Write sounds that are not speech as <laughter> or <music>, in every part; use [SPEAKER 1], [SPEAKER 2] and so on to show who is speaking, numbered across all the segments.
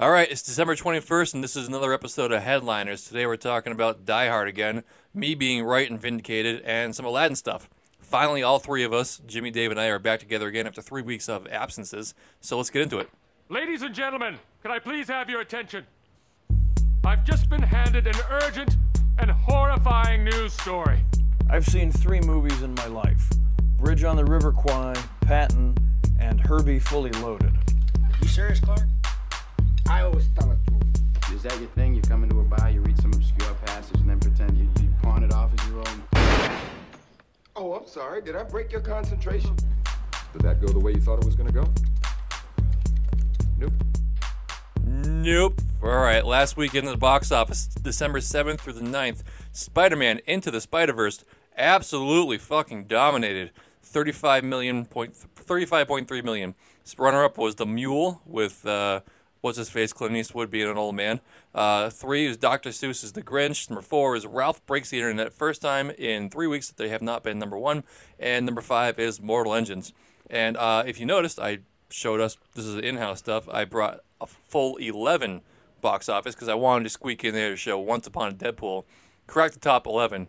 [SPEAKER 1] All right, it's December 21st, and this is another episode of Headliners. Today we're talking about Die Hard again, me being right and vindicated, and some Aladdin stuff. Finally, all three of us, Jimmy, Dave, and I, are back together again after three weeks of absences, so let's get into it.
[SPEAKER 2] Ladies and gentlemen, can I please have your attention? I've just been handed an urgent and horrifying news story.
[SPEAKER 3] I've seen three movies in my life Bridge on the River Kwai, Patton, and Herbie Fully Loaded.
[SPEAKER 4] You serious, Clark? I always tell it to him.
[SPEAKER 5] Is that your thing? You come into a bar, you read some obscure passage, and then pretend you, you pawn it off as your own?
[SPEAKER 6] Oh, I'm sorry. Did I break your concentration?
[SPEAKER 7] Did that go the way you thought it was going to go? Nope.
[SPEAKER 1] Nope. All right, last weekend at the box office, December 7th through the 9th, Spider Man Into the Spider Verse absolutely fucking dominated. 35 million point, 35.3 million. Runner up was The Mule with, uh, what's his face, Clint Eastwood being an old man. Uh, three is Dr. Seuss is The Grinch. Number four is Ralph Breaks the Internet. First time in three weeks that they have not been number one. And number five is Mortal Engines. And uh, if you noticed, I showed us this is in-house stuff. I brought a full eleven box office because I wanted to squeak in there to show Once Upon a Deadpool cracked the top eleven,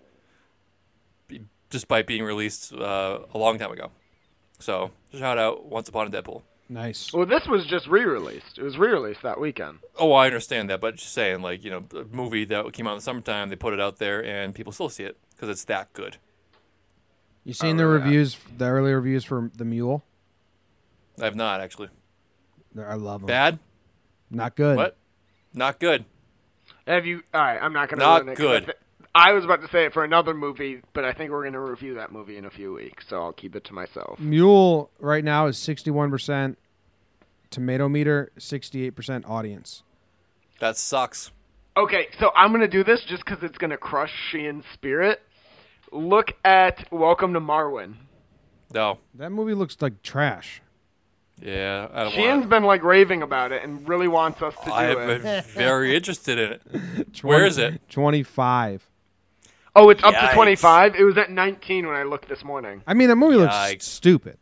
[SPEAKER 1] b- despite being released uh, a long time ago. So shout out Once Upon a Deadpool.
[SPEAKER 8] Nice.
[SPEAKER 9] Well, this was just re-released. It was re-released that weekend.
[SPEAKER 1] Oh, I understand that, but just saying, like you know, a movie that came out in the summertime, they put it out there and people still see it because it's that good.
[SPEAKER 8] You seen the reviews, the early reviews for the Mule?
[SPEAKER 1] I have not actually.
[SPEAKER 8] They're- I love them.
[SPEAKER 1] Bad?
[SPEAKER 8] Not good.
[SPEAKER 1] What? Not good.
[SPEAKER 9] Have you? All right, I'm not gonna.
[SPEAKER 1] Not
[SPEAKER 9] ruin it 'cause I
[SPEAKER 1] good.
[SPEAKER 9] thi- I was about to say it for another movie, but I think we're gonna review that movie in a few weeks, so I'll keep it to myself.
[SPEAKER 8] Mule right now is sixty-one percent tomato meter, sixty-eight percent audience.
[SPEAKER 1] That sucks.
[SPEAKER 9] Okay, so I'm gonna do this just because it's gonna crush Sheehan's spirit. Look at Welcome to Marwin.
[SPEAKER 1] No.
[SPEAKER 8] That movie looks like trash.
[SPEAKER 1] Yeah, I don't
[SPEAKER 9] Sheehan's
[SPEAKER 1] want.
[SPEAKER 9] been like raving about it and really wants us to do
[SPEAKER 1] I
[SPEAKER 9] it.
[SPEAKER 1] have been very interested in it. Where is it?
[SPEAKER 8] Twenty-five.
[SPEAKER 9] Oh, it's up
[SPEAKER 1] Yikes.
[SPEAKER 9] to 25. It was at 19 when I looked this morning.
[SPEAKER 8] I mean, that movie looks
[SPEAKER 1] Yikes.
[SPEAKER 8] stupid.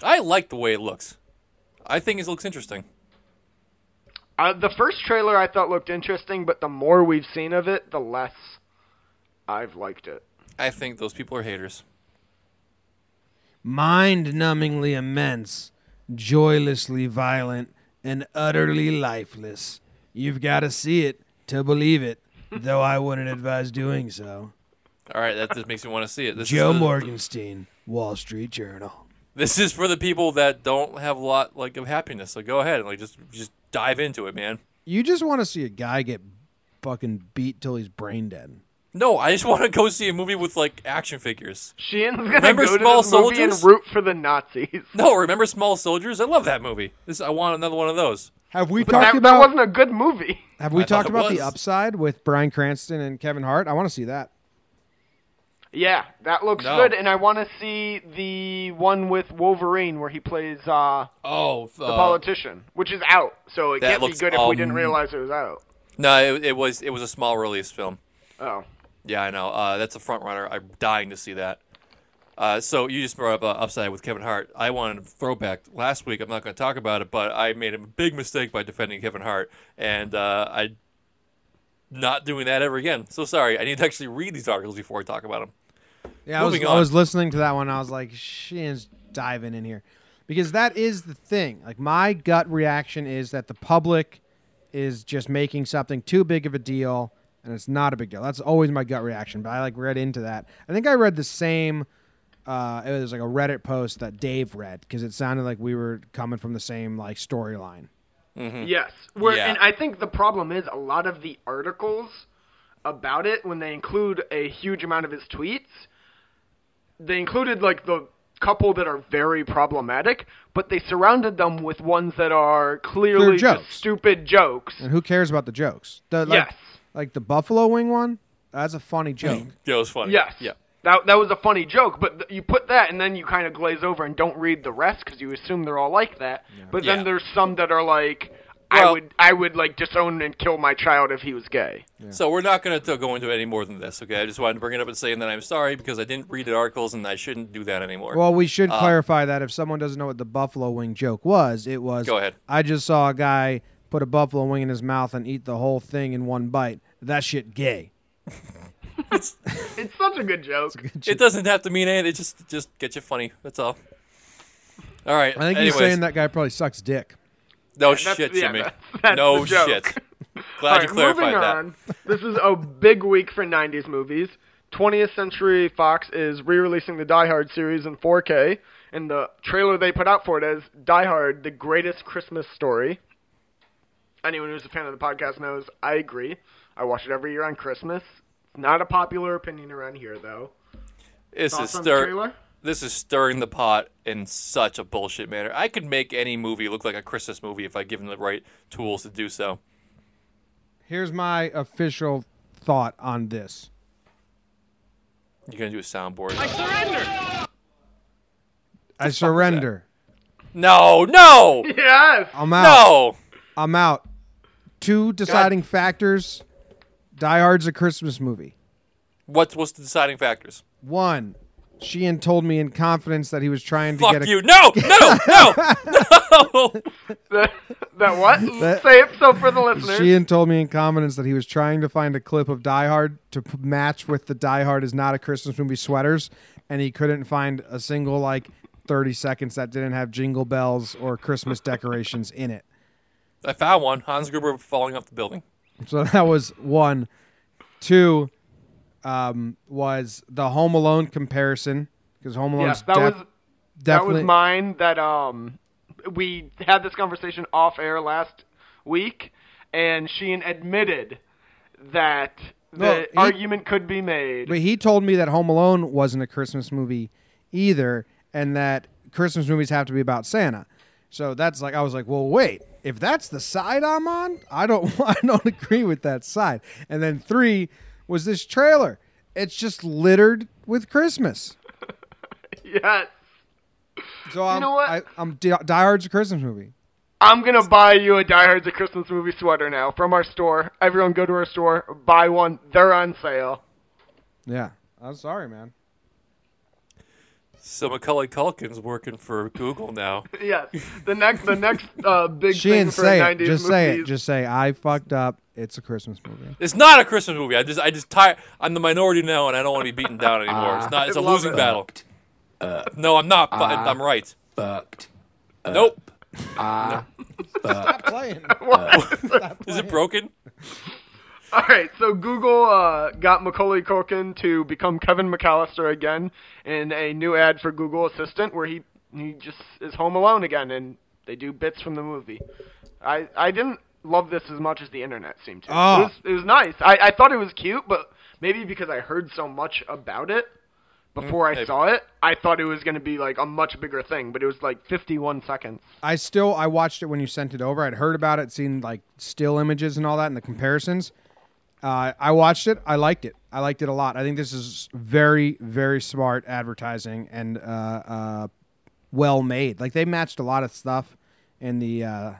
[SPEAKER 1] I like the way it looks. I think it looks interesting.
[SPEAKER 9] Uh, the first trailer I thought looked interesting, but the more we've seen of it, the less I've liked it.
[SPEAKER 1] I think those people are haters.
[SPEAKER 8] Mind-numbingly immense, joylessly violent, and utterly lifeless. You've got to see it to believe it, though I wouldn't advise doing so.
[SPEAKER 1] All right, that just makes me want to see it. This
[SPEAKER 8] Joe
[SPEAKER 1] is for,
[SPEAKER 8] Morgenstein, Wall Street Journal.
[SPEAKER 1] This is for the people that don't have a lot like of happiness. So go ahead and like just just dive into it, man.
[SPEAKER 8] You just want to see a guy get fucking beat till he's brain dead.
[SPEAKER 1] No, I just <laughs> want to go see a movie with like action figures.
[SPEAKER 9] Sheehan's gonna
[SPEAKER 1] Remember
[SPEAKER 9] go to
[SPEAKER 1] Small
[SPEAKER 9] this movie and
[SPEAKER 1] Soldiers?
[SPEAKER 9] root for the Nazis.
[SPEAKER 1] No, remember Small Soldiers? I love that movie. This I want another one of those.
[SPEAKER 8] Have we
[SPEAKER 9] That,
[SPEAKER 8] talked
[SPEAKER 9] that
[SPEAKER 8] about
[SPEAKER 9] wasn't a good movie.
[SPEAKER 8] Have we
[SPEAKER 1] I thought
[SPEAKER 8] talked
[SPEAKER 1] it
[SPEAKER 8] about the
[SPEAKER 1] was.
[SPEAKER 8] upside with Brian Cranston and Kevin Hart? I want to see that.
[SPEAKER 9] <laughs> Yeah, that looks
[SPEAKER 1] No.
[SPEAKER 9] good, and I want to see the one with Wolverine where he plays uh,
[SPEAKER 1] Oh,
[SPEAKER 9] the politician, which is out. So it
[SPEAKER 1] that
[SPEAKER 9] can't be
[SPEAKER 1] looks,
[SPEAKER 9] good if we didn't
[SPEAKER 1] um,
[SPEAKER 9] realize it was out.
[SPEAKER 1] no, it, it was it was a small release film.
[SPEAKER 9] Oh,
[SPEAKER 1] Yeah, I know. Uh, that's a front runner. I'm dying to see that. Uh, so you just brought up uh, upside with Kevin Hart. I wanted a throwback last week. I'm not going to talk about it, but I made a big mistake by defending Kevin Hart, and uh, I not doing that ever again. So sorry. I need to actually read these articles before I talk about them.
[SPEAKER 8] Yeah, I was,
[SPEAKER 1] Moving
[SPEAKER 8] I
[SPEAKER 1] on.
[SPEAKER 8] was listening to that one. I was like, Shin's diving in here. Because that is the thing. Like, my gut reaction is that the public is just making something too big of a deal, and it's not a big deal. That's always my gut reaction. But I, like, read into that. I think I read the same. Uh, it was like a Reddit post that Dave read because it sounded like we were coming from the same like storyline.
[SPEAKER 9] yes. Where,
[SPEAKER 1] Yeah.
[SPEAKER 9] And I think the problem is a lot of the articles about it, when they include a huge amount of his tweets, they included like the couple that are very problematic, but they surrounded them with ones that are clearly just
[SPEAKER 8] jokes.
[SPEAKER 9] stupid jokes.
[SPEAKER 8] And who cares about the jokes? The, like,
[SPEAKER 9] Yes.
[SPEAKER 8] Like the Buffalo Wing one? That's a funny joke.
[SPEAKER 1] Yeah, it was funny.
[SPEAKER 9] Yes.
[SPEAKER 1] Yeah.
[SPEAKER 9] That, that was a funny joke, but th- you put that and then you kind of glaze over and don't read the rest because you assume they're all like that. But then
[SPEAKER 1] Yeah.
[SPEAKER 9] there's some that are like, I
[SPEAKER 1] Well-
[SPEAKER 9] would I would like disown and kill my child if he was gay.
[SPEAKER 1] So we're not going to go into it any more than this. Okay. I just wanted to bring it up and saying that I'm sorry because I didn't read the articles and I shouldn't do that anymore.
[SPEAKER 8] Well, we
[SPEAKER 1] Uh,
[SPEAKER 8] should clarify that if someone doesn't know what the Buffalo Wing joke was, it was
[SPEAKER 1] Go ahead.
[SPEAKER 8] I just saw a guy put a buffalo wing in his mouth, and eat the whole thing in one bite. That shit gay.
[SPEAKER 9] It's such a good joke.
[SPEAKER 1] It doesn't have to mean anything. It just just get you funny. That's all. All right.
[SPEAKER 8] I think
[SPEAKER 1] Anyways,
[SPEAKER 8] he's saying that guy probably sucks dick.
[SPEAKER 1] No
[SPEAKER 9] That's-
[SPEAKER 1] shit,
[SPEAKER 9] yeah,
[SPEAKER 1] Jimmy.
[SPEAKER 9] that's- that's
[SPEAKER 1] no
[SPEAKER 9] the <laughs> joke.
[SPEAKER 1] shit.
[SPEAKER 9] All
[SPEAKER 1] Glad you
[SPEAKER 9] right,
[SPEAKER 1] clarified
[SPEAKER 9] moving
[SPEAKER 1] that.
[SPEAKER 9] on. This is a big week for 90s movies. 20th Century Fox is re-releasing the Die Hard series in 4K, and the trailer they put out for it is Die Hard: The Greatest Christmas Story. Anyone who's a fan of the podcast knows I agree. I watch it every year on Christmas. It's not a popular opinion around here though.
[SPEAKER 1] This is
[SPEAKER 9] Thoughts on the
[SPEAKER 1] stir.
[SPEAKER 9] trailer?
[SPEAKER 1] This is stirring the pot in such a bullshit manner. I could make any movie look like a Christmas movie if I give them the right tools to do so.
[SPEAKER 8] Here's my official thought on this.
[SPEAKER 1] You're gonna do a soundboard.
[SPEAKER 8] I surrender.
[SPEAKER 1] No, no,
[SPEAKER 9] Yes. <laughs>
[SPEAKER 8] I'm out.
[SPEAKER 1] no.
[SPEAKER 8] I'm out. Two deciding factors. Die Hard's a Christmas movie.
[SPEAKER 1] What's what's the deciding factors?
[SPEAKER 8] One, Sheehan told me in confidence that he was trying to
[SPEAKER 1] Fuck
[SPEAKER 8] get a
[SPEAKER 1] you. No, no, no,
[SPEAKER 9] <laughs>
[SPEAKER 1] no.
[SPEAKER 9] that what? Say it so for the listeners.
[SPEAKER 8] Sheehan told me in confidence that he was trying to find a clip of Die Hard to p- match with the Die Hard is not a Christmas movie sweaters, and he couldn't find a single like 30 seconds that didn't have jingle bells or Christmas decorations in it.
[SPEAKER 1] I found one. Hans Gruber falling off the building.
[SPEAKER 8] So <laughs> that was one. Two um, was the Home Alone comparison because Home
[SPEAKER 9] Yeah,
[SPEAKER 8] Alone's
[SPEAKER 9] that
[SPEAKER 8] def-
[SPEAKER 9] was
[SPEAKER 8] definitely
[SPEAKER 9] That was mine. That um, we had this conversation off air last week, and Sheehan admitted that the
[SPEAKER 8] No, he-
[SPEAKER 9] argument could be made.
[SPEAKER 8] But he told me that Home Alone wasn't a Christmas movie either, and that Christmas movies have to be about Santa. So that's like I was like, well, wait, if that's the side I'm on, I don't, <laughs> I don't agree with that side. And then three was this trailer. It's just littered with Christmas.
[SPEAKER 9] <laughs> yes,
[SPEAKER 8] So I'm,
[SPEAKER 9] know what?
[SPEAKER 8] I, I'm Di Die Hard's a Christmas movie.
[SPEAKER 9] I'm gonna buy you a Die Hard's a Christmas movie sweater now from our store. Everyone, go to our store, buy one. They're on sale. <laughs>
[SPEAKER 8] Yeah, I'm sorry, man.
[SPEAKER 1] So Macaulay Culkin's working for Google now.
[SPEAKER 9] Yes, the next, the next uh, big
[SPEAKER 8] She
[SPEAKER 9] thing
[SPEAKER 8] didn't
[SPEAKER 9] for
[SPEAKER 8] say
[SPEAKER 9] 90s
[SPEAKER 8] it. Just
[SPEAKER 9] movies.
[SPEAKER 8] say it. Just say I fucked up. It's a Christmas movie.
[SPEAKER 1] It's not a Christmas movie. I just, I just tired. I'm the minority now, and I don't want to be beaten down anymore. It's not. It's a
[SPEAKER 9] love
[SPEAKER 1] losing
[SPEAKER 9] it.
[SPEAKER 1] battle. no, I'm not. But I'm right.
[SPEAKER 5] Fucked.
[SPEAKER 1] Nope.
[SPEAKER 8] Stop playing.
[SPEAKER 1] Is it broken?
[SPEAKER 9] All right, so Google uh, got Macaulay Culkin to become Kevin McAllister again in a new ad for Google Assistant, where he he just is home alone again, and they do bits from the movie. I I didn't love this as much as the internet seemed to.
[SPEAKER 8] Ah.
[SPEAKER 9] It, was, it was nice. I I thought it was cute, but maybe because I heard so much about it before I
[SPEAKER 1] Mm, maybe.
[SPEAKER 9] saw it, I thought it was going to be like a much bigger thing. But it was like 51 seconds.
[SPEAKER 8] I still I watched it when you sent it over. I'd heard about it, seen like still images and all that, and the comparisons. Uh, I watched it. I liked it. I liked it a lot. I think this is very very smart advertising and uh, uh, well made. Like they matched a lot of stuff in the uh,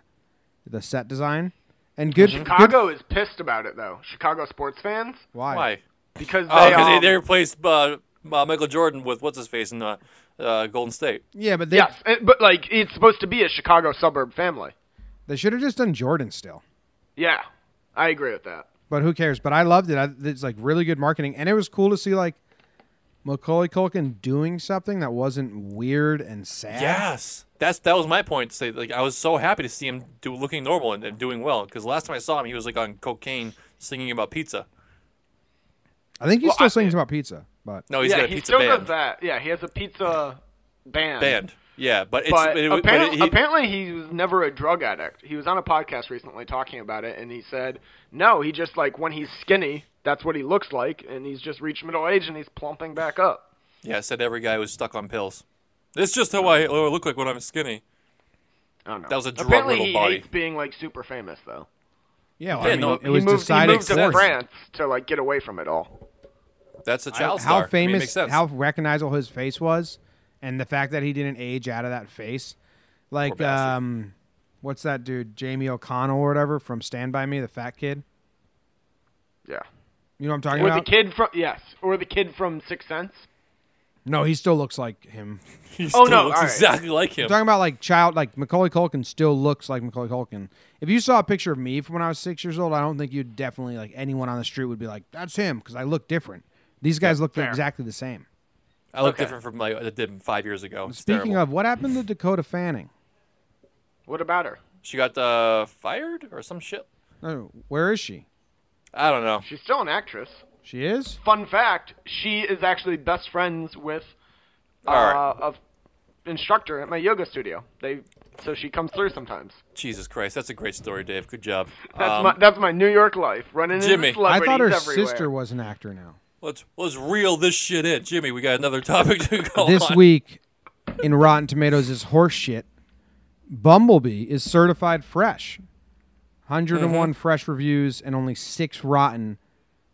[SPEAKER 8] the set design and good. good
[SPEAKER 9] Chicago is pissed about it though. Chicago sports fans
[SPEAKER 1] Why?
[SPEAKER 9] because they,
[SPEAKER 1] Oh, because
[SPEAKER 9] um,
[SPEAKER 1] they, they replaced uh, uh, Michael Jordan with what's his face in uh, uh, Golden State.
[SPEAKER 8] Yeah, but they
[SPEAKER 9] Yes, it, eh, but like it's supposed to be a Chicago suburb family.
[SPEAKER 8] they should have just done Jordan still.
[SPEAKER 9] Yeah, I agree with that.
[SPEAKER 8] But who cares? But I loved it. I, it's like really good marketing, and it was cool to see like Macaulay Culkin doing something that wasn't weird and sad.
[SPEAKER 1] Yes, that's that was my point. To say like I was so happy to see him do looking normal and, and doing well because last time I saw him he was like on cocaine singing about pizza.
[SPEAKER 8] I think he still
[SPEAKER 9] I-
[SPEAKER 8] sings about pizza, but
[SPEAKER 1] No, Oh, he's
[SPEAKER 9] yeah,
[SPEAKER 1] got a
[SPEAKER 9] he
[SPEAKER 1] pizza
[SPEAKER 9] still
[SPEAKER 1] band.
[SPEAKER 9] does that. Yeah, he has a pizza band.
[SPEAKER 1] Band. Yeah, but it's
[SPEAKER 9] But,
[SPEAKER 1] but it,
[SPEAKER 9] apparent-
[SPEAKER 1] but it- he,
[SPEAKER 9] apparently, he was never a drug addict. He was on a podcast recently talking about it, and he said, "No, he just like when he's skinny, that's what he looks like, and he's just reached middle age and he's plumping back up."
[SPEAKER 1] yeah said every guy was stuck on pills. It's just how I oh, I look like when I'm skinny.
[SPEAKER 9] I don't know.
[SPEAKER 1] That was a drug
[SPEAKER 9] apparently
[SPEAKER 1] riddled
[SPEAKER 9] he
[SPEAKER 1] body.
[SPEAKER 9] hates being like super famous though.
[SPEAKER 8] yeah, well,
[SPEAKER 1] Yeah,
[SPEAKER 8] I mean,
[SPEAKER 1] no,
[SPEAKER 8] it was
[SPEAKER 9] he moved,
[SPEAKER 8] decided
[SPEAKER 9] he moved to
[SPEAKER 1] force.
[SPEAKER 9] France to like get away from it all.
[SPEAKER 1] That's a
[SPEAKER 8] how,
[SPEAKER 1] child
[SPEAKER 8] how
[SPEAKER 1] star. I mean, it makes
[SPEAKER 8] famous,
[SPEAKER 1] sense.
[SPEAKER 8] how recognizable his face was, and the fact that he didn't age out of that face. Like,
[SPEAKER 1] Poor bastard.
[SPEAKER 8] um, what's that dude, Jamie O'Connell or whatever from Stand by Me, the fat kid?
[SPEAKER 9] Yeah.
[SPEAKER 8] You know what I'm talking
[SPEAKER 9] Or the
[SPEAKER 8] about?
[SPEAKER 9] kid from yes, or the kid from Sixth Sense.
[SPEAKER 8] No, he still looks like him.
[SPEAKER 1] He
[SPEAKER 9] Oh,
[SPEAKER 1] still
[SPEAKER 9] no,
[SPEAKER 1] looks
[SPEAKER 9] all right.
[SPEAKER 1] exactly like him.
[SPEAKER 8] Talking about like child, like Macaulay Culkin still looks like Macaulay Culkin. If you saw a picture of me from when I was six years old, I don't think you'd definitely like anyone on the street would be like, "That's him," because I look different. These guys look
[SPEAKER 9] fair.
[SPEAKER 8] exactly the same.
[SPEAKER 1] I look
[SPEAKER 9] Okay.
[SPEAKER 1] different from like I did five years ago. It's
[SPEAKER 8] Speaking
[SPEAKER 1] terrible.
[SPEAKER 8] of, what happened to Dakota Fanning?
[SPEAKER 9] What about her?
[SPEAKER 1] she got uh, fired or some shit.
[SPEAKER 8] Oh, where is she?
[SPEAKER 1] I don't know.
[SPEAKER 9] She's still an actress.
[SPEAKER 8] She is.
[SPEAKER 9] Fun fact: she is actually best friends with uh,
[SPEAKER 1] All right.
[SPEAKER 9] a instructor at my yoga studio. They so she comes through sometimes.
[SPEAKER 1] Jesus Christ, that's a great story, Dave. Good job.
[SPEAKER 9] That's
[SPEAKER 1] Um,
[SPEAKER 9] my that's my New York life running
[SPEAKER 1] Jimmy. I
[SPEAKER 9] into
[SPEAKER 8] I
[SPEAKER 9] celebrities
[SPEAKER 8] thought her
[SPEAKER 9] everywhere.
[SPEAKER 8] sister was an actor now.
[SPEAKER 1] let's let's reel this shit in, Jimmy. We got another <laughs> topic to go
[SPEAKER 8] this
[SPEAKER 1] on.
[SPEAKER 8] week in Rotten Tomatoes is horse shit. Bumblebee is certified fresh.
[SPEAKER 9] Mm-hmm.
[SPEAKER 8] 101 fresh reviews and only six rotten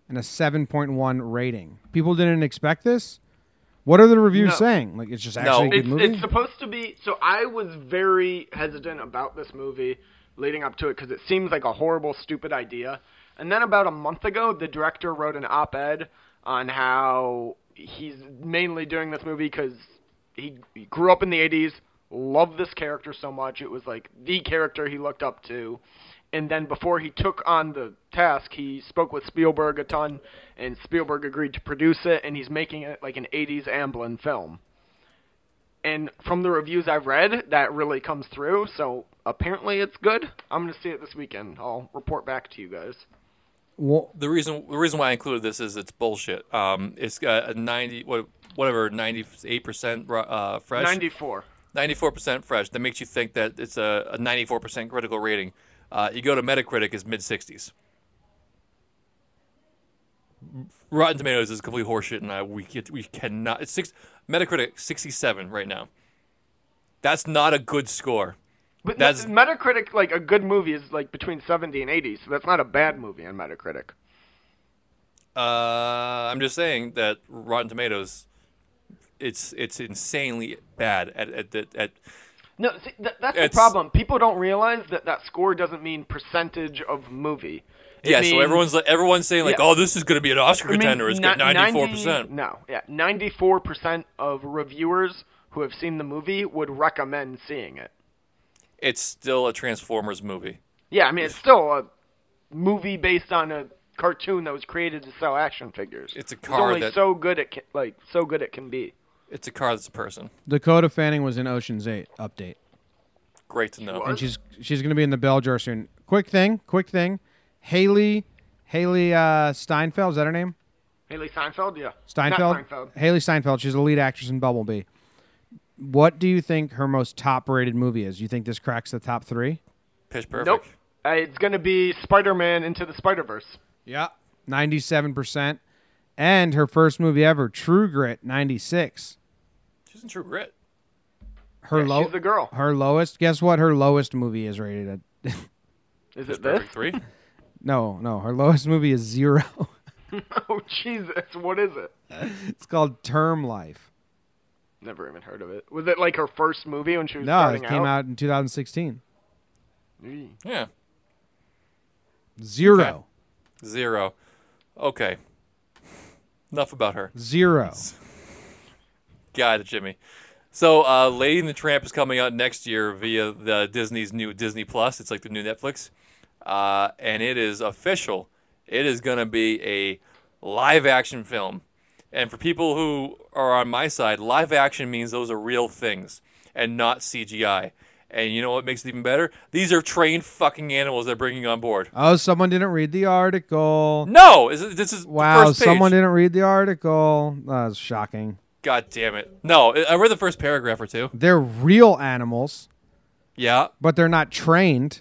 [SPEAKER 8] and a 7.1 rating. People didn't expect this. What are the reviews
[SPEAKER 9] No.
[SPEAKER 8] saying? Like, it's just actually a
[SPEAKER 9] it's,
[SPEAKER 8] good movie?
[SPEAKER 9] it's supposed to be. So I was very hesitant about this movie leading up to it because it seems like a horrible, stupid idea. And then about a month ago, the director wrote an op-ed on how he's mainly doing this movie because he, he grew up in the '80s, loved this character so much it was like the character he looked up to. And then before he took on the task, he spoke with Spielberg a ton, and Spielberg agreed to produce it, and he's making it like an '80s Amblin film and from the reviews I've read, that really comes through. So apparently it's good. I'm gonna see it this weekend. I'll report back to you guys.
[SPEAKER 8] Wha-
[SPEAKER 1] the reason the reason why I included this is it's bullshit. Um, it's got a ninety what whatever ninety eight percent uh fresh.
[SPEAKER 9] 94.
[SPEAKER 1] 94% fresh. That makes you think that it's a, a 94% critical rating. Uh, you go to Metacritic, it's mid 60s. Rotten Tomatoes is complete horseshit, and I we get, we cannot. It's six Metacritic 67 right now. That's not a good score.
[SPEAKER 9] But
[SPEAKER 1] That's-
[SPEAKER 9] that's... Metacritic, like a good movie is like between 70 and 80, so that's not a bad movie on Metacritic.
[SPEAKER 1] Uh, I'm just saying that Rotten Tomatoes, it's it's insanely bad at at at, at
[SPEAKER 9] No, see, th- that's
[SPEAKER 1] It's-
[SPEAKER 9] the problem. People don't realize that that score doesn't mean percentage of movie. It
[SPEAKER 1] yeah. so
[SPEAKER 9] means-
[SPEAKER 1] everyone's like- everyone's saying like,
[SPEAKER 9] Yeah.
[SPEAKER 1] oh, this is going to be an Oscar
[SPEAKER 9] I mean,
[SPEAKER 1] contender. It's got
[SPEAKER 9] ni-
[SPEAKER 1] 94
[SPEAKER 9] 90
[SPEAKER 1] percent.
[SPEAKER 9] No, yeah, 94 percent of reviewers who have seen the movie would recommend seeing it.
[SPEAKER 1] it's still a Transformers movie.
[SPEAKER 9] Yeah, I mean it's still a movie based on a cartoon that was created to sell action figures.
[SPEAKER 1] It's a
[SPEAKER 9] it's
[SPEAKER 1] car
[SPEAKER 9] only
[SPEAKER 1] that-
[SPEAKER 9] so good it can, like so good it can be.
[SPEAKER 1] It's a car that's a person.
[SPEAKER 8] Dakota Fanning was in Ocean's 8 update.
[SPEAKER 1] Great to know.
[SPEAKER 8] And she's she's going to be in the bell jar soon. Quick thing, quick thing. Haley Haley uh, Steinfeld, is that her name?
[SPEAKER 9] Haley Seinfeld, yeah.
[SPEAKER 8] Steinfeld?
[SPEAKER 9] Not Seinfeld.
[SPEAKER 8] Haley Steinfeld. She's the lead actress in Bumblebee. What do you think her most top-rated movie is? You think this cracks the top three?
[SPEAKER 1] Pitch perfect.
[SPEAKER 9] Nope. Uh, it's gonna be Spider-Man into the Spider-Verse.
[SPEAKER 8] Yeah, ninety-seven percent. And her first movie ever, True Grit, ninety-six.
[SPEAKER 1] She's in True Grit.
[SPEAKER 8] Her
[SPEAKER 9] Yeah,
[SPEAKER 8] low,
[SPEAKER 9] she's the girl.
[SPEAKER 8] Her lowest. Guess what? Her lowest movie is rated at.
[SPEAKER 9] Is
[SPEAKER 1] Pitch
[SPEAKER 9] it this?
[SPEAKER 1] Perfect three.
[SPEAKER 8] No, no. Her lowest movie is zero.
[SPEAKER 9] <laughs>
[SPEAKER 8] <laughs>
[SPEAKER 9] Oh Jesus, what is it?
[SPEAKER 8] it's called Term Life.
[SPEAKER 9] Never even heard of it. Was it like her first movie when she was
[SPEAKER 8] No, it
[SPEAKER 9] starting
[SPEAKER 8] came out in 2016.
[SPEAKER 9] Mm.
[SPEAKER 1] Yeah.
[SPEAKER 8] Zero.
[SPEAKER 1] Okay. Zero. Okay. Enough about her.
[SPEAKER 8] Zero.
[SPEAKER 1] Got it, Jimmy. So, uh, Lady and the Tramp is coming out next year via the Disney's new Disney Plus. It's like the new Netflix, uh, and it is official. It is going to be a live-action film. And for people who are on my side, live action means those are real things and not CGI. And you know what makes it even better? These are trained fucking animals they're bringing on board.
[SPEAKER 8] Oh, someone didn't read the article.
[SPEAKER 1] No, this is, this is the
[SPEAKER 8] Wow,
[SPEAKER 1] first page.
[SPEAKER 8] someone didn't read the article. That's shocking.
[SPEAKER 1] God damn it! No, I I read the first paragraph or two.
[SPEAKER 8] They're real animals.
[SPEAKER 1] Yeah,
[SPEAKER 8] but they're not trained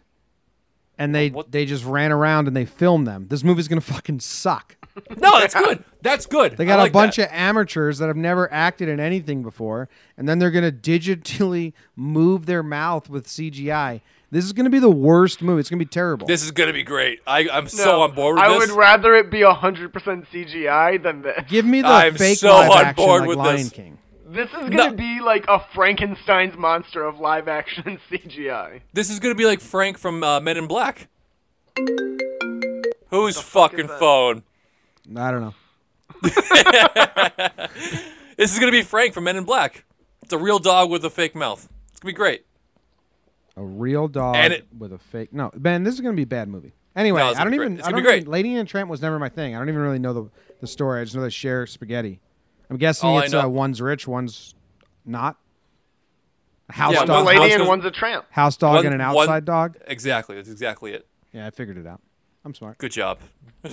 [SPEAKER 8] and they
[SPEAKER 1] What-
[SPEAKER 8] they just ran around and they filmed them. This movie's going to <laughs> fucking suck.
[SPEAKER 1] No, that's good. That's good.
[SPEAKER 8] They got a bunch of amateurs that have never acted in anything before and then they're going to digitally move their mouth with CGI. This is going to be the worst movie. It's going to be terrible.
[SPEAKER 1] This is gonna be great. I, I'm so on board with
[SPEAKER 9] I
[SPEAKER 1] this.
[SPEAKER 9] would rather it be hundred percent CGI than this.
[SPEAKER 8] Give me the
[SPEAKER 1] I'm
[SPEAKER 8] fake
[SPEAKER 1] so
[SPEAKER 8] live
[SPEAKER 1] on
[SPEAKER 8] action
[SPEAKER 1] board
[SPEAKER 8] like
[SPEAKER 1] with
[SPEAKER 8] Lion
[SPEAKER 1] this.
[SPEAKER 8] King.
[SPEAKER 9] This is
[SPEAKER 1] No.
[SPEAKER 9] gonna be like a Frankenstein's monster of live action <laughs> CGI.
[SPEAKER 1] this is gonna be like Frank from uh, Men in Black. Whose fucking
[SPEAKER 9] that?
[SPEAKER 1] phone?
[SPEAKER 8] I don't know.
[SPEAKER 1] This is gonna be Frank from Men in Black. It's a real dog with a fake mouth. It's gonna be great.
[SPEAKER 8] A real dog
[SPEAKER 1] And it-
[SPEAKER 8] with a fake. No, Ben, this is gonna be a bad movie. Anyway,
[SPEAKER 1] No, it's
[SPEAKER 8] I don't
[SPEAKER 1] gonna be
[SPEAKER 8] even.
[SPEAKER 1] great. It's
[SPEAKER 8] I
[SPEAKER 1] gonna
[SPEAKER 8] don't
[SPEAKER 1] be
[SPEAKER 8] even- Lady and the Tramp was never my thing. I don't even really know the the story. I just know they share spaghetti. I'm guessing
[SPEAKER 1] All I
[SPEAKER 8] it's uh,
[SPEAKER 1] know-
[SPEAKER 8] one's rich, one's not. A house
[SPEAKER 1] Yeah,
[SPEAKER 9] One
[SPEAKER 8] dog,
[SPEAKER 1] one's-
[SPEAKER 9] lady
[SPEAKER 1] one's
[SPEAKER 9] and
[SPEAKER 1] gonna-
[SPEAKER 9] one's a tramp.
[SPEAKER 8] house dog,
[SPEAKER 1] one-
[SPEAKER 8] and an
[SPEAKER 1] one-
[SPEAKER 8] outside dog.
[SPEAKER 1] Exactly. That's exactly it.
[SPEAKER 8] Yeah, I figured it out. I'm smart.
[SPEAKER 1] Good job. <laughs>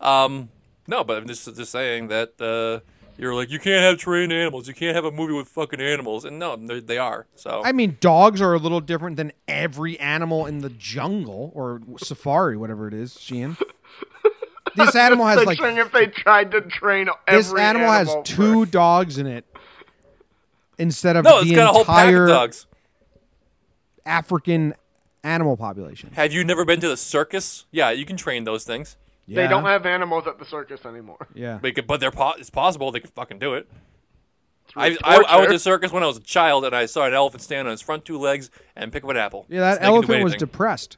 [SPEAKER 1] um, no, but I'm just just saying that uh, you're like you can't have trained animals. You can't have a movie with fucking animals. And no, they they are. So
[SPEAKER 8] I mean, dogs are a little different than every animal in the jungle or safari, whatever it is,
[SPEAKER 9] <laughs>
[SPEAKER 8] Sheehan. This animal has
[SPEAKER 9] Like,
[SPEAKER 8] like
[SPEAKER 9] saying if they tried to train every
[SPEAKER 8] this animal, has two
[SPEAKER 9] for-
[SPEAKER 8] dogs in it instead of
[SPEAKER 1] no,
[SPEAKER 8] the
[SPEAKER 1] it's got a whole pack
[SPEAKER 8] entire
[SPEAKER 1] of dogs.
[SPEAKER 8] African animal population.
[SPEAKER 1] Have you never been to the circus? Yeah, you can train those things.
[SPEAKER 8] Yeah.
[SPEAKER 9] They don't have animals at the circus anymore. <laughs>
[SPEAKER 8] Yeah.
[SPEAKER 1] They could, but they're po- it's possible they could fucking do it. I,
[SPEAKER 9] Through
[SPEAKER 1] I, I went
[SPEAKER 9] torture.
[SPEAKER 1] to the circus when I was a child, and I saw an elephant stand on his front two legs and pick up an apple.
[SPEAKER 8] Yeah, that
[SPEAKER 1] It's not gonna do
[SPEAKER 8] elephant was
[SPEAKER 1] anything.
[SPEAKER 8] depressed.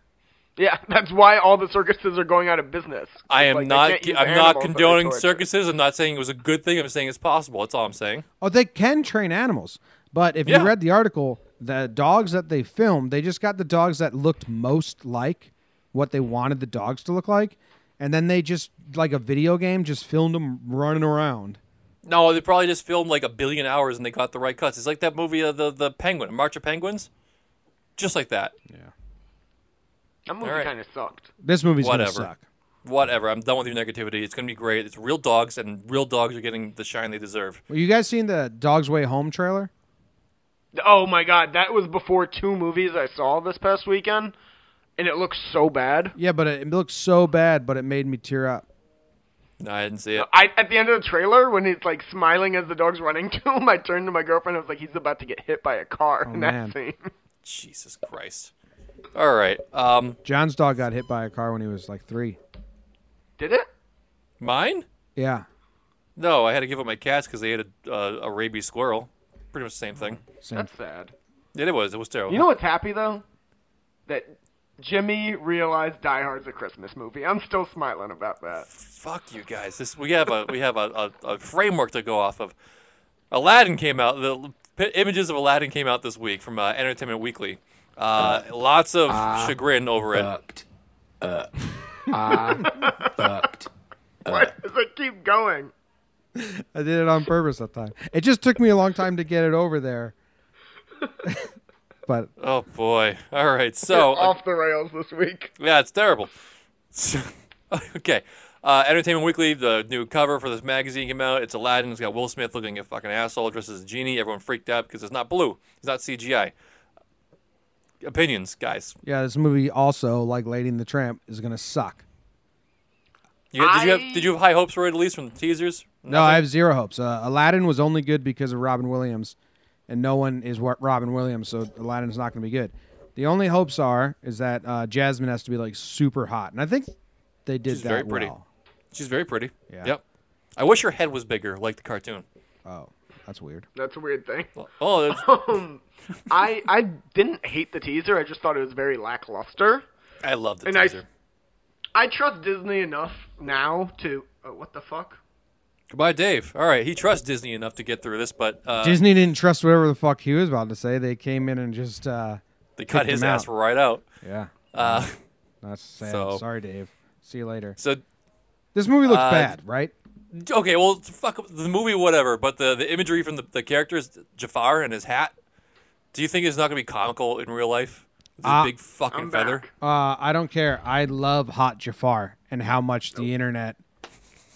[SPEAKER 9] Yeah, that's why all the circuses are going out of business.
[SPEAKER 1] I am
[SPEAKER 9] Like, they
[SPEAKER 1] not.
[SPEAKER 9] can't use
[SPEAKER 1] I'm
[SPEAKER 9] animals
[SPEAKER 1] not
[SPEAKER 9] for their
[SPEAKER 1] condoning
[SPEAKER 9] torture.
[SPEAKER 1] circuses. I'm not saying it was a good thing. I'm saying it's possible. That's all I'm saying.
[SPEAKER 8] Oh, they can train animals, but if
[SPEAKER 1] Yeah.
[SPEAKER 8] you read the article, the dogs that they filmed, they just got the dogs that looked most like what they wanted the dogs to look like, and then they just like a video game, just filmed them running around.
[SPEAKER 1] No, they probably just filmed like a billion hours and they got the right cuts. It's like that movie, uh, the the Penguin, March of Penguins, just like that.
[SPEAKER 9] That movie
[SPEAKER 1] Alright.
[SPEAKER 9] kind of sucked.
[SPEAKER 8] This movie's
[SPEAKER 1] Whatever.
[SPEAKER 8] gonna suck.
[SPEAKER 1] Whatever. I'm done with your negativity. It's gonna be great. It's real dogs, and real dogs are getting the shine they deserve.
[SPEAKER 8] Well, you guys seen the Dogs Way Home trailer?
[SPEAKER 9] Oh my god, that was before two movies I saw this past weekend, and it looks so bad.
[SPEAKER 8] Yeah, but it, it looked so bad, but it made me tear up.
[SPEAKER 1] No, I didn't see it.
[SPEAKER 9] I at the end of the trailer when he's like smiling as the dog's running <laughs> to him, I turned to my girlfriend. I was like, he's about to get hit by a car in
[SPEAKER 8] Oh, man.
[SPEAKER 9] that scene. <laughs>
[SPEAKER 1] Jesus Christ. All right. Um,
[SPEAKER 8] John's dog got hit by a car when he was like three.
[SPEAKER 9] Did it?
[SPEAKER 1] mine?
[SPEAKER 8] Yeah,
[SPEAKER 1] No, I had to give up my cats because they ate a uh, a rabies squirrel. Pretty much the same thing.
[SPEAKER 8] same.
[SPEAKER 9] That's sad.
[SPEAKER 1] Yeah, it was. It was terrible.
[SPEAKER 9] You know what's happy though? That Jimmy realized Die Hard's a Christmas movie. I'm still smiling about that.
[SPEAKER 1] fuck you guys. This we have a we have a, a, a framework to go off of. Aladdin came out. The p- images of Aladdin came out this week from uh, Entertainment Weekly. Uh, lots of
[SPEAKER 9] Ah,
[SPEAKER 1] chagrin over it.
[SPEAKER 9] Why does it keep going?
[SPEAKER 8] I did it on purpose that time. It just took me a long time to get it over there. <laughs> but
[SPEAKER 1] Oh boy. All right. So uh,
[SPEAKER 9] Off the rails this week.
[SPEAKER 1] Yeah, it's terrible. So- <laughs> okay. Uh, Entertainment Weekly, the new cover for this magazine came out. It's Aladdin. It's got Will Smith looking like a fucking asshole dressed as a genie. Everyone freaked out because it's not blue. It's not CGI. Opinions, guys.
[SPEAKER 8] yeah, this movie also, like Lady and the Tramp, is gonna suck.
[SPEAKER 1] You, did, you
[SPEAKER 9] I-
[SPEAKER 1] have, did you have high hopes for it, at least from the teasers?
[SPEAKER 8] No, I have zero hopes. Uh, Aladdin was only good because of Robin Williams, and no one is what Robin Williams, so Aladdin's not gonna be good. The only hopes are is that uh, Jasmine has to be like super hot, and I think they did
[SPEAKER 1] She's
[SPEAKER 8] that
[SPEAKER 1] very pretty.
[SPEAKER 8] well.
[SPEAKER 1] She's very pretty.
[SPEAKER 8] Yeah.
[SPEAKER 1] Yep. I wish her head was bigger, like the cartoon.
[SPEAKER 8] Oh, that's weird.
[SPEAKER 9] That's a weird thing.
[SPEAKER 1] Oh, that's-
[SPEAKER 9] <laughs> I I didn't hate the teaser. I just thought it was very lackluster.
[SPEAKER 1] I love the
[SPEAKER 9] And I-
[SPEAKER 1] teaser.
[SPEAKER 9] I trust Disney enough now to. Oh, what the fuck?
[SPEAKER 1] Goodbye, Dave. All right, he trusts Disney enough to get through this, but uh,
[SPEAKER 8] Disney didn't trust whatever the fuck he was about to say. They came in and just uh,
[SPEAKER 1] they cut
[SPEAKER 8] kicked
[SPEAKER 1] his
[SPEAKER 8] him
[SPEAKER 1] ass
[SPEAKER 8] out.
[SPEAKER 1] right out.
[SPEAKER 8] yeah,
[SPEAKER 1] Uh,
[SPEAKER 8] that's sad.
[SPEAKER 1] so-
[SPEAKER 8] Sorry, Dave. See you later.
[SPEAKER 1] so
[SPEAKER 8] This movie looks
[SPEAKER 1] Uh,
[SPEAKER 8] bad, right?
[SPEAKER 1] Okay, well, fuck up the movie, whatever. But the, the imagery from the, the characters, Jafar and his hat, do you think it's not going to be comical in real life? This
[SPEAKER 8] Ah,
[SPEAKER 1] big fucking
[SPEAKER 9] I'm
[SPEAKER 1] feather.
[SPEAKER 9] back.
[SPEAKER 8] Uh, I don't care. I love Hot Jafar and how much the internet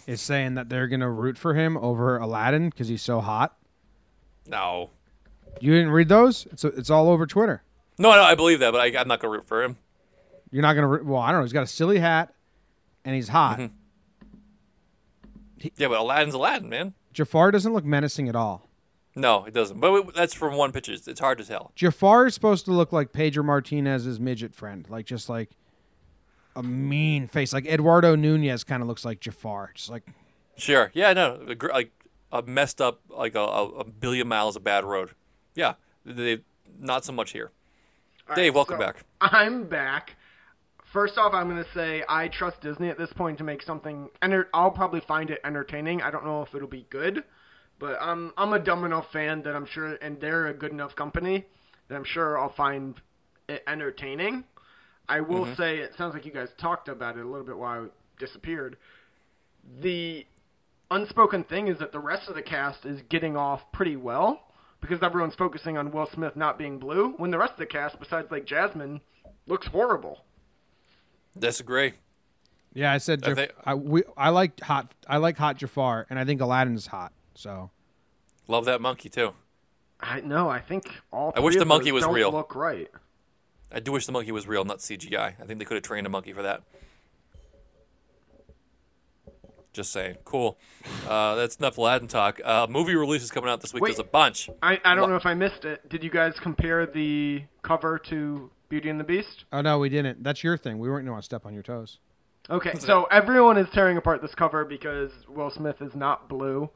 [SPEAKER 8] is saying that they're gonna root for him over Aladdin because he's so hot.
[SPEAKER 1] No,
[SPEAKER 8] You didn't read those? It's it's all over Twitter.
[SPEAKER 1] no, no, I believe that, but I, I'm not going to root for him.
[SPEAKER 8] You're not gonna. Root, well, I don't know. He's got a silly hat, and he's hot.
[SPEAKER 1] Mm-hmm. Yeah, but Aladdin's Aladdin, man.
[SPEAKER 8] Jafar doesn't look menacing at all.
[SPEAKER 1] No, it doesn't. But we, that's from one picture. It's, it's hard to tell.
[SPEAKER 8] Jafar is supposed to look like Pedro Martinez's midget friend, like just like a mean face, like Eduardo Nunez kind of looks like Jafar, just like
[SPEAKER 1] Sure. Yeah, no, the gr- like a messed up, like a, a, a billion miles of bad road. Yeah, they not so much here. Dave, welcome
[SPEAKER 9] so-
[SPEAKER 1] back.
[SPEAKER 9] I'm back. First off, I'm gonna say I trust Disney at this point to make something. Enter- I'll probably find it entertaining. I don't know if it'll be good, But I'm I'm a dumb enough fan that I'm sure, and they're a good enough company that I'm sure I'll find it entertaining. I will
[SPEAKER 1] Mm-hmm.
[SPEAKER 9] say it sounds like you guys talked about it a little bit while I disappeared. The unspoken thing is that the rest of the cast is getting off pretty well because everyone's focusing on Will Smith not being blue, when the rest of the cast, besides like Jasmine, looks horrible.
[SPEAKER 1] Disagree.
[SPEAKER 8] Yeah, I said
[SPEAKER 1] I
[SPEAKER 8] Jaf-
[SPEAKER 1] think-
[SPEAKER 8] I we I like hot I like hot Jafar, and I think Aladdin's hot. So
[SPEAKER 1] Love that monkey too.
[SPEAKER 9] I no, I think all.
[SPEAKER 1] I wish
[SPEAKER 9] three
[SPEAKER 1] the
[SPEAKER 9] of
[SPEAKER 1] monkey
[SPEAKER 9] those
[SPEAKER 1] was
[SPEAKER 9] don't
[SPEAKER 1] real.
[SPEAKER 9] Look right.
[SPEAKER 1] I do wish the monkey was real, not CGI. I think they could have trained a monkey for that. Just saying. Cool. Uh, that's enough Aladdin talk. Uh, movie releases coming out this week.
[SPEAKER 9] Wait.
[SPEAKER 1] There's a bunch.
[SPEAKER 9] I, I don't
[SPEAKER 1] Wha-
[SPEAKER 9] know if I missed it. Did you guys compare the cover to Beauty and the Beast?
[SPEAKER 8] oh no, we didn't. That's your thing. We weren't going to step on your toes.
[SPEAKER 9] Okay, so everyone is tearing apart this cover because Will Smith is not blue.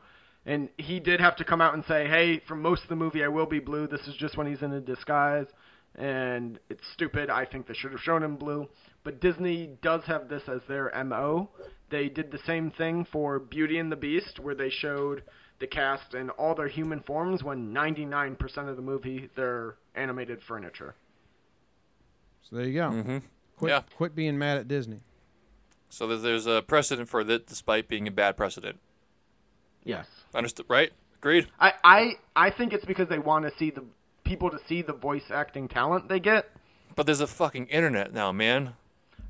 [SPEAKER 9] And he did have to come out and say, hey, for most of the movie, I will be blue. This is just when he's in a disguise. And it's stupid. I think they should have shown him blue. But Disney does have this as their MO. They did the same thing for Beauty and the Beast, where they showed the cast in all their human forms when 99% of the movie they're animated furniture.
[SPEAKER 8] So there you go. Quit
[SPEAKER 1] Mm-hmm. Yeah.
[SPEAKER 8] quit being mad at Disney.
[SPEAKER 1] So there's, there's a precedent for that, despite being a bad precedent.
[SPEAKER 9] Yes.
[SPEAKER 1] Understood? Right? Agreed.
[SPEAKER 9] I, I I think it's because they want to see the people to see the voice acting talent they get.
[SPEAKER 1] But there's a fucking internet now, man.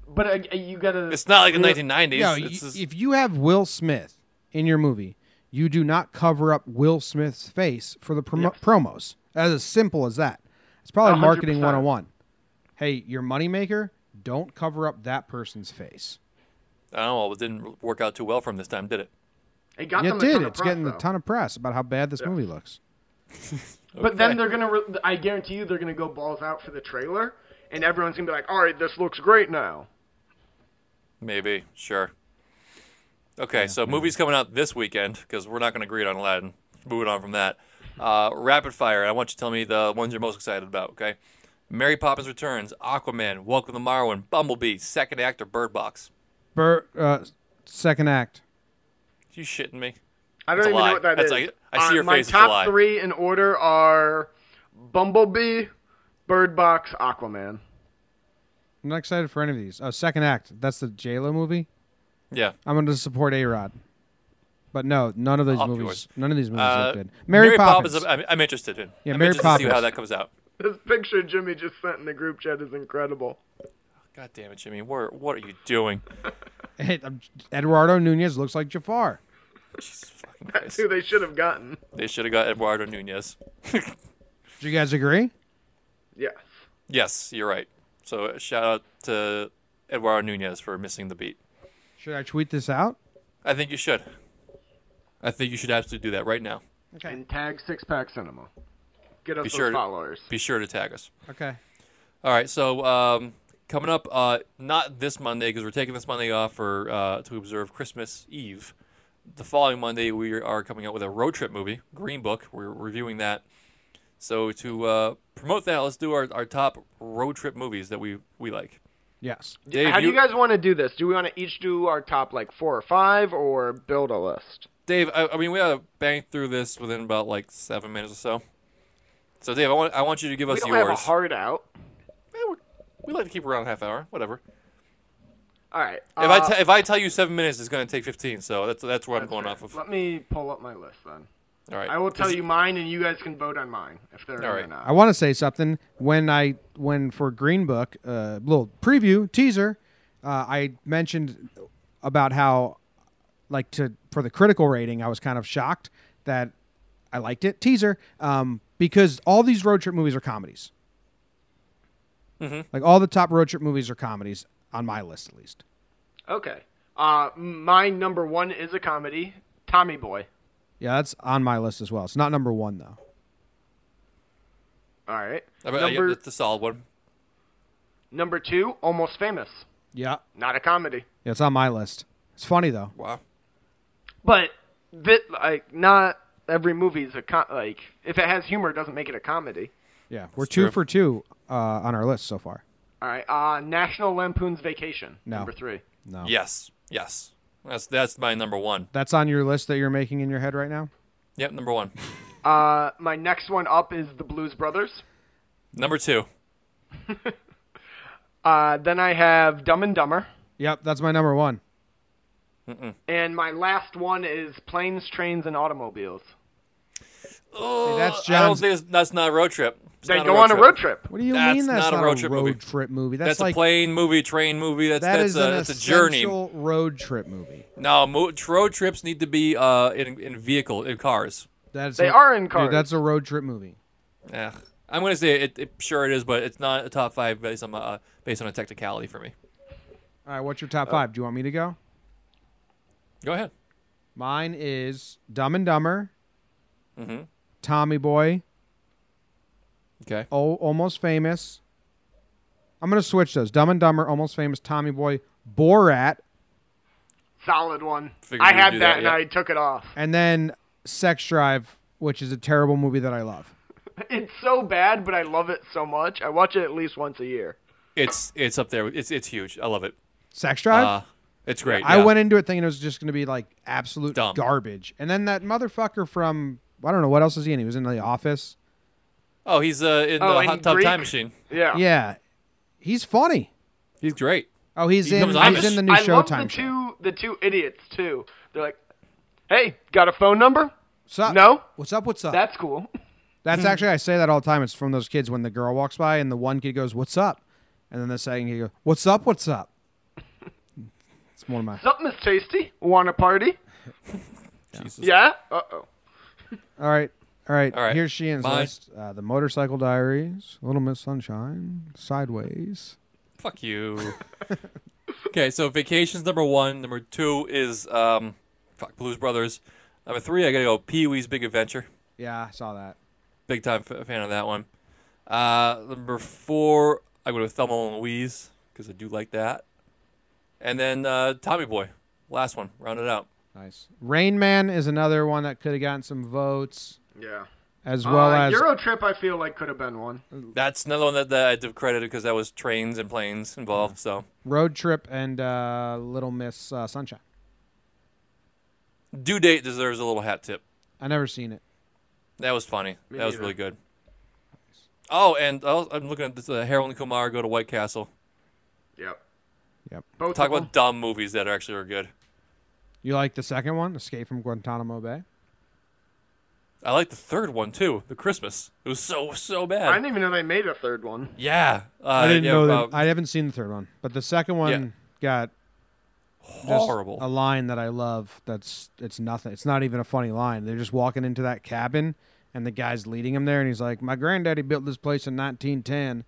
[SPEAKER 9] But uh, you gotta.
[SPEAKER 1] It's not like the 1990s.
[SPEAKER 8] Yeah,
[SPEAKER 1] It's
[SPEAKER 8] y-
[SPEAKER 1] just-
[SPEAKER 8] if you have Will Smith in your movie, you do not cover up Will Smith's face for the promo promos. That's as simple as that. It's probably
[SPEAKER 9] 100%.
[SPEAKER 8] marketing 101. Hey, your moneymaker, don't cover up that person's face.
[SPEAKER 1] I don't know. It didn't work out too well for him this time, did it?
[SPEAKER 9] It got
[SPEAKER 8] Yeah,
[SPEAKER 9] them
[SPEAKER 8] it
[SPEAKER 9] a ton
[SPEAKER 8] did.
[SPEAKER 9] of
[SPEAKER 8] It's
[SPEAKER 9] press,
[SPEAKER 8] getting
[SPEAKER 9] though.
[SPEAKER 8] a ton of press about how bad this movie looks.
[SPEAKER 9] But then
[SPEAKER 1] Okay.
[SPEAKER 9] they're gonna. Re- I guarantee you, they're gonna go balls out for the trailer, and everyone's gonna be like, "All right, this looks great now."
[SPEAKER 1] Maybe. Sure. Okay, so movies coming out this weekend because we're not going to agree on Aladdin. Moving on from that. Uh, rapid fire. I want you to tell me the ones you're most excited about, okay? Mary Poppins Returns, Aquaman, Welcome to Marwen, Bumblebee, Second Act, or Bird Box?
[SPEAKER 8] Bur- uh, second act.
[SPEAKER 1] You shitting me?
[SPEAKER 9] I don't
[SPEAKER 1] It's a
[SPEAKER 9] even
[SPEAKER 1] lie.
[SPEAKER 9] know what that
[SPEAKER 1] That's
[SPEAKER 9] is.
[SPEAKER 1] like- I see
[SPEAKER 9] Uh,
[SPEAKER 1] your
[SPEAKER 9] my
[SPEAKER 1] face, it's a
[SPEAKER 9] top
[SPEAKER 1] lie.
[SPEAKER 9] three in order are Bumblebee, Bird Box, Aquaman.
[SPEAKER 8] I'm not excited for any of these. Oh, second act. That's the J Lo movie.
[SPEAKER 1] Yeah.
[SPEAKER 8] I'm going to support A Rod. But no, none of those
[SPEAKER 1] Off
[SPEAKER 8] movies.
[SPEAKER 1] yours.
[SPEAKER 8] None of these movies
[SPEAKER 1] Uh,
[SPEAKER 8] look good. Mary, Poppins.
[SPEAKER 1] I'm, I'm interested in.
[SPEAKER 8] Yeah,
[SPEAKER 1] I'm
[SPEAKER 8] Mary
[SPEAKER 1] interested to see how
[SPEAKER 8] Poppins.
[SPEAKER 1] that comes out.
[SPEAKER 9] This picture Jimmy just sent in the group chat is incredible.
[SPEAKER 1] God damn it, Jimmy. What, what are you doing?
[SPEAKER 8] Eduardo Nunez looks like Jafar.
[SPEAKER 1] Jesus fucking
[SPEAKER 9] <laughs> That's
[SPEAKER 1] Christ.
[SPEAKER 9] who they should have gotten.
[SPEAKER 1] They should have got Eduardo Nunez. <laughs>
[SPEAKER 8] Do you guys agree?
[SPEAKER 9] Yes.
[SPEAKER 1] yes, you're right. So uh, shout out to Eduardo Nunez for missing the beat.
[SPEAKER 8] Should I tweet this out?
[SPEAKER 1] I think you should. I think you should absolutely do that right now.
[SPEAKER 9] and tag Six Pack Cinema. Get us
[SPEAKER 1] Be
[SPEAKER 9] those
[SPEAKER 1] sure to-
[SPEAKER 9] followers.
[SPEAKER 1] Be sure to tag us.
[SPEAKER 8] Okay.
[SPEAKER 1] All right, so um, coming up, uh, not this Monday because we're taking this Monday off for uh, to observe Christmas Eve. The following Monday, we are coming out with a road trip movie, Green Book. We're reviewing that. So to uh, promote that, let's do our, our top road trip movies that we we like.
[SPEAKER 8] Yes.
[SPEAKER 1] Dave,
[SPEAKER 9] How do you guys want to do this? Do we want to each do our top like four or five, or build a list?
[SPEAKER 1] Dave, I, I mean, we gotta bang through this within about like seven minutes or so. So Dave, I want I want you to give
[SPEAKER 9] We
[SPEAKER 1] us
[SPEAKER 9] don't
[SPEAKER 1] yours.
[SPEAKER 9] have a hard out.
[SPEAKER 1] Eh, we're- we like to keep around a half hour, whatever.
[SPEAKER 9] All right.
[SPEAKER 1] If I te- if I tell you seven minutes, it's going to take fifteen. So that's that's where I'm going off of. All
[SPEAKER 9] um, Let me pull up my list then.
[SPEAKER 1] right.
[SPEAKER 9] I will tell
[SPEAKER 1] Is-
[SPEAKER 9] you mine, and you guys can vote on mine if they're in
[SPEAKER 1] All
[SPEAKER 9] or
[SPEAKER 1] right.
[SPEAKER 8] I
[SPEAKER 9] not.
[SPEAKER 8] want to say something. When I when for Green Book, uh, little preview teaser, uh, I mentioned about how, like to for the critical rating, I was kind of shocked that I liked it. Teaser, um, because all these road trip movies are comedies. Like all the top road trip movies are comedies on my list, at least.
[SPEAKER 9] Okay. Uh, my number one is a comedy, Tommy Boy.
[SPEAKER 8] Yeah, that's on my list as well. It's not number one though.
[SPEAKER 9] All right.
[SPEAKER 1] I mean,
[SPEAKER 9] number
[SPEAKER 1] yeah, that's a solid one.
[SPEAKER 9] number two, Almost Famous.
[SPEAKER 8] Yeah,
[SPEAKER 9] Not a comedy.
[SPEAKER 8] yeah, it's on my list. It's funny though.
[SPEAKER 1] Wow.
[SPEAKER 9] But that like not every movie is a com- like if it has humor it doesn't make it a comedy.
[SPEAKER 8] Yeah, we're two
[SPEAKER 1] true.
[SPEAKER 8] for two uh, on our list so far.
[SPEAKER 9] All right. Uh, National Lampoon's Vacation.
[SPEAKER 8] No.
[SPEAKER 9] Number three.
[SPEAKER 8] No.
[SPEAKER 1] Yes. Yes. That's that's my number one.
[SPEAKER 8] That's on your list that you're making in your head right now?
[SPEAKER 1] Yep, number one.
[SPEAKER 9] Uh, my next one up is the Blues Brothers.
[SPEAKER 1] Number two.
[SPEAKER 9] Uh, then I have Dumb and Dumber.
[SPEAKER 8] Yep, that's my number one.
[SPEAKER 9] And my last one is Planes, Trains, and Automobiles.
[SPEAKER 1] Oh,
[SPEAKER 8] that's
[SPEAKER 1] I don't
[SPEAKER 8] John's-
[SPEAKER 1] think it's- that's not a road trip. It's
[SPEAKER 9] They
[SPEAKER 1] not
[SPEAKER 9] go on a road trip.
[SPEAKER 8] What do you
[SPEAKER 1] That's
[SPEAKER 8] mean that's not, a road trip
[SPEAKER 1] movie.
[SPEAKER 8] movie? That's,
[SPEAKER 1] That's,
[SPEAKER 8] like
[SPEAKER 1] a plane movie, train movie. That's
[SPEAKER 8] that
[SPEAKER 1] that's
[SPEAKER 8] is
[SPEAKER 1] a
[SPEAKER 8] an
[SPEAKER 1] that's a journey.
[SPEAKER 8] essential road trip movie.
[SPEAKER 1] No, mo- road trips need to be uh, in in vehicle in cars.
[SPEAKER 8] That's
[SPEAKER 9] They
[SPEAKER 8] a-
[SPEAKER 9] are in cars.
[SPEAKER 8] Dude, that's a road trip movie.
[SPEAKER 1] Eh, I'm gonna say it, it. Sure, it is, but it's not a top five based on uh, based on a technicality for me.
[SPEAKER 8] All right, what's your
[SPEAKER 1] Oh.
[SPEAKER 8] top five? Do you want me to go?
[SPEAKER 1] Go ahead.
[SPEAKER 8] Mine is Dumb and Dumber,
[SPEAKER 1] Mm-hmm.
[SPEAKER 8] Tommy Boy,
[SPEAKER 1] Okay.
[SPEAKER 8] o- Almost Famous. I'm gonna switch those. Dumb and Dumber, Almost Famous, Tommy Boy, Borat,
[SPEAKER 9] Solid one.
[SPEAKER 1] Figured
[SPEAKER 9] I
[SPEAKER 1] you'd
[SPEAKER 9] had
[SPEAKER 1] do
[SPEAKER 9] that,
[SPEAKER 1] that,
[SPEAKER 9] and
[SPEAKER 1] yeah.
[SPEAKER 9] I took it off. <laughs>
[SPEAKER 8] and then Sex Drive, which is a terrible movie that I love.
[SPEAKER 9] It's so bad, but I love it so much. I watch it at least once a year.
[SPEAKER 1] It's it's up there. It's it's huge. I love it.
[SPEAKER 8] Sex Drive.
[SPEAKER 1] Uh, it's great.
[SPEAKER 8] I
[SPEAKER 1] yeah.
[SPEAKER 8] went into it thinking it was just going to be like absolute
[SPEAKER 1] Dumb.
[SPEAKER 8] garbage, and then that motherfucker from I don't know what else is he in. He was in The Office.
[SPEAKER 1] Oh, he's uh, in
[SPEAKER 9] Oh,
[SPEAKER 1] the
[SPEAKER 9] in
[SPEAKER 1] hot tub
[SPEAKER 9] Greek?
[SPEAKER 1] time machine.
[SPEAKER 9] Yeah.
[SPEAKER 8] Yeah, he's funny.
[SPEAKER 1] He's great.
[SPEAKER 8] Oh, he's
[SPEAKER 1] He
[SPEAKER 8] in.
[SPEAKER 1] becomes
[SPEAKER 8] He's
[SPEAKER 1] Amish.
[SPEAKER 8] in the new
[SPEAKER 9] I love the
[SPEAKER 8] Showtime show.
[SPEAKER 9] two the two idiots too. They're like, "Hey, got a phone number?
[SPEAKER 8] What's up?
[SPEAKER 9] No?
[SPEAKER 8] What's up? What's up?
[SPEAKER 9] That's cool." <laughs>
[SPEAKER 1] Hmm.
[SPEAKER 8] That's actually I say that all the time. It's from those kids when the girl walks by and the one kid goes, "What's up?" and then the second kid goes, "What's up? What's
[SPEAKER 9] <laughs>
[SPEAKER 8] up?" It's one of my.
[SPEAKER 9] Something is tasty. Want
[SPEAKER 8] <laughs>
[SPEAKER 9] a party?
[SPEAKER 1] Jesus.
[SPEAKER 9] Yeah. Uh oh.
[SPEAKER 8] All right, all right.
[SPEAKER 1] All right.
[SPEAKER 8] Here's Sheehan's
[SPEAKER 1] Bye.
[SPEAKER 8] list: uh, The Motorcycle Diaries, Little Miss Sunshine, Sideways.
[SPEAKER 1] Fuck you. okay, so vacations number one. Number two is um, fuck Blues Brothers. Number three, I gotta go Pee Wee's Big Adventure.
[SPEAKER 8] Yeah, I saw that.
[SPEAKER 1] Big time f- fan of that one. Uh, number four, I go to Thelma and Louise because I do like that. And then uh, Tommy Boy, last one, round it out.
[SPEAKER 8] Nice. Rain Man is another one that could have gotten some votes,
[SPEAKER 9] Yeah.
[SPEAKER 8] as well
[SPEAKER 9] uh,
[SPEAKER 8] as
[SPEAKER 9] Eurotrip, I feel like could have been one.
[SPEAKER 1] That's another one that, that I did credit because that was trains and planes involved. So
[SPEAKER 8] Road Trip and uh, Little Miss uh, Sunshine.
[SPEAKER 1] due date deserves a little hat tip.
[SPEAKER 8] I never seen it.
[SPEAKER 1] That was funny. that was
[SPEAKER 9] neither.
[SPEAKER 1] really good. Oh, and I was, I'm looking at this, uh, Harold and Kumar go to White Castle.
[SPEAKER 9] Yep.
[SPEAKER 8] Yep.
[SPEAKER 9] Both
[SPEAKER 1] Talk
[SPEAKER 9] of them.
[SPEAKER 1] about dumb movies that are actually are good.
[SPEAKER 8] You like the second one, Escape from Guantanamo Bay?
[SPEAKER 1] I like the third one too, the Christmas. It was so so bad.
[SPEAKER 9] I didn't even know they made a third one.
[SPEAKER 1] yeah, uh,
[SPEAKER 8] I didn't
[SPEAKER 1] yeah,
[SPEAKER 8] know
[SPEAKER 1] uh,
[SPEAKER 8] that. I haven't seen the third one, but the second one got just
[SPEAKER 1] horrible.
[SPEAKER 8] a line that I love. That's it's nothing. It's not even a funny line. They're just walking into that cabin, and the guy's leading him there, and he's like, "My granddaddy built this place in 1910,"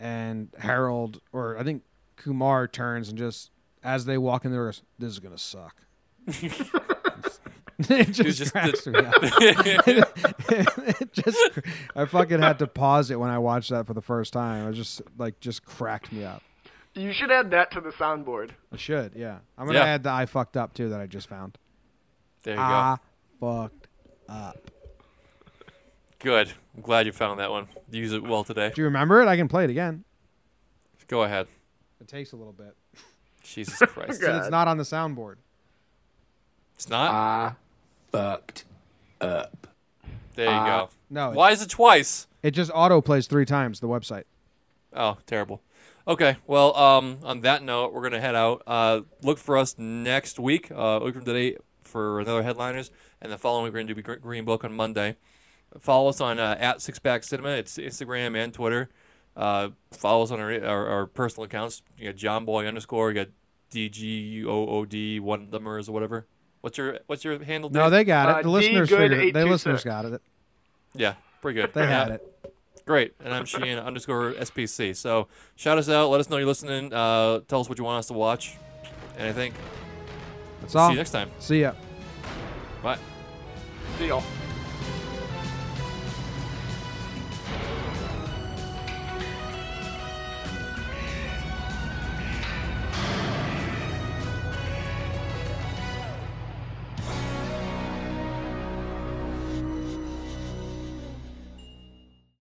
[SPEAKER 8] and Harold, or I think Kumar, turns and just as they walk in there, goes, "This is
[SPEAKER 1] <laughs>
[SPEAKER 8] gonna suck." it just,
[SPEAKER 1] just
[SPEAKER 8] cracks me up. <laughs> it just, I fucking had to pause it when I watched that for the first time. It just like just cracked me up.
[SPEAKER 9] You should add that to the soundboard.
[SPEAKER 8] I should, yeah. I'm gonna
[SPEAKER 1] Yeah.
[SPEAKER 8] add the I fucked up too that I just found.
[SPEAKER 1] there you
[SPEAKER 8] I Ah, fucked.
[SPEAKER 1] go. Good. I'm glad you found that one. Use it well today.
[SPEAKER 8] Do you remember it? I can play it again.
[SPEAKER 1] Go ahead.
[SPEAKER 8] It takes a little bit.
[SPEAKER 1] Jesus Christ.
[SPEAKER 9] Okay.
[SPEAKER 8] It's not on the soundboard.
[SPEAKER 1] It's not.
[SPEAKER 5] Fucked.
[SPEAKER 1] There you go.
[SPEAKER 8] no, it-
[SPEAKER 1] Why is it twice?
[SPEAKER 8] It just auto plays three times the website.
[SPEAKER 1] Oh, terrible. Okay, well, um, on that note, we're gonna head out. Uh, look for us next week. Uh, look from today for another headliners, and the following week we're gonna do Gr- Green Book on Monday. Follow us on uh, at Six Pack Cinema. It's Instagram and Twitter. Uh, follow us on our, our, our personal accounts. You got John Boy underscore. You got D G U O O D one numbers or whatever. What's your What's your handle?
[SPEAKER 8] No,
[SPEAKER 1] Dave?
[SPEAKER 8] they got
[SPEAKER 9] Uh,
[SPEAKER 8] it. The
[SPEAKER 9] D
[SPEAKER 8] listeners
[SPEAKER 9] good
[SPEAKER 8] figured it. The
[SPEAKER 9] 826.
[SPEAKER 8] listeners got it.
[SPEAKER 1] yeah, pretty good.
[SPEAKER 8] They had
[SPEAKER 1] Yeah.
[SPEAKER 8] it.
[SPEAKER 1] Great. And I'm Sheehan underscore SPC. So shout us out. Let us know you're listening. Uh, tell us what you want us to watch. And I think
[SPEAKER 8] That's all.
[SPEAKER 1] see you next time.
[SPEAKER 8] See ya.
[SPEAKER 1] Bye.
[SPEAKER 9] See y'all.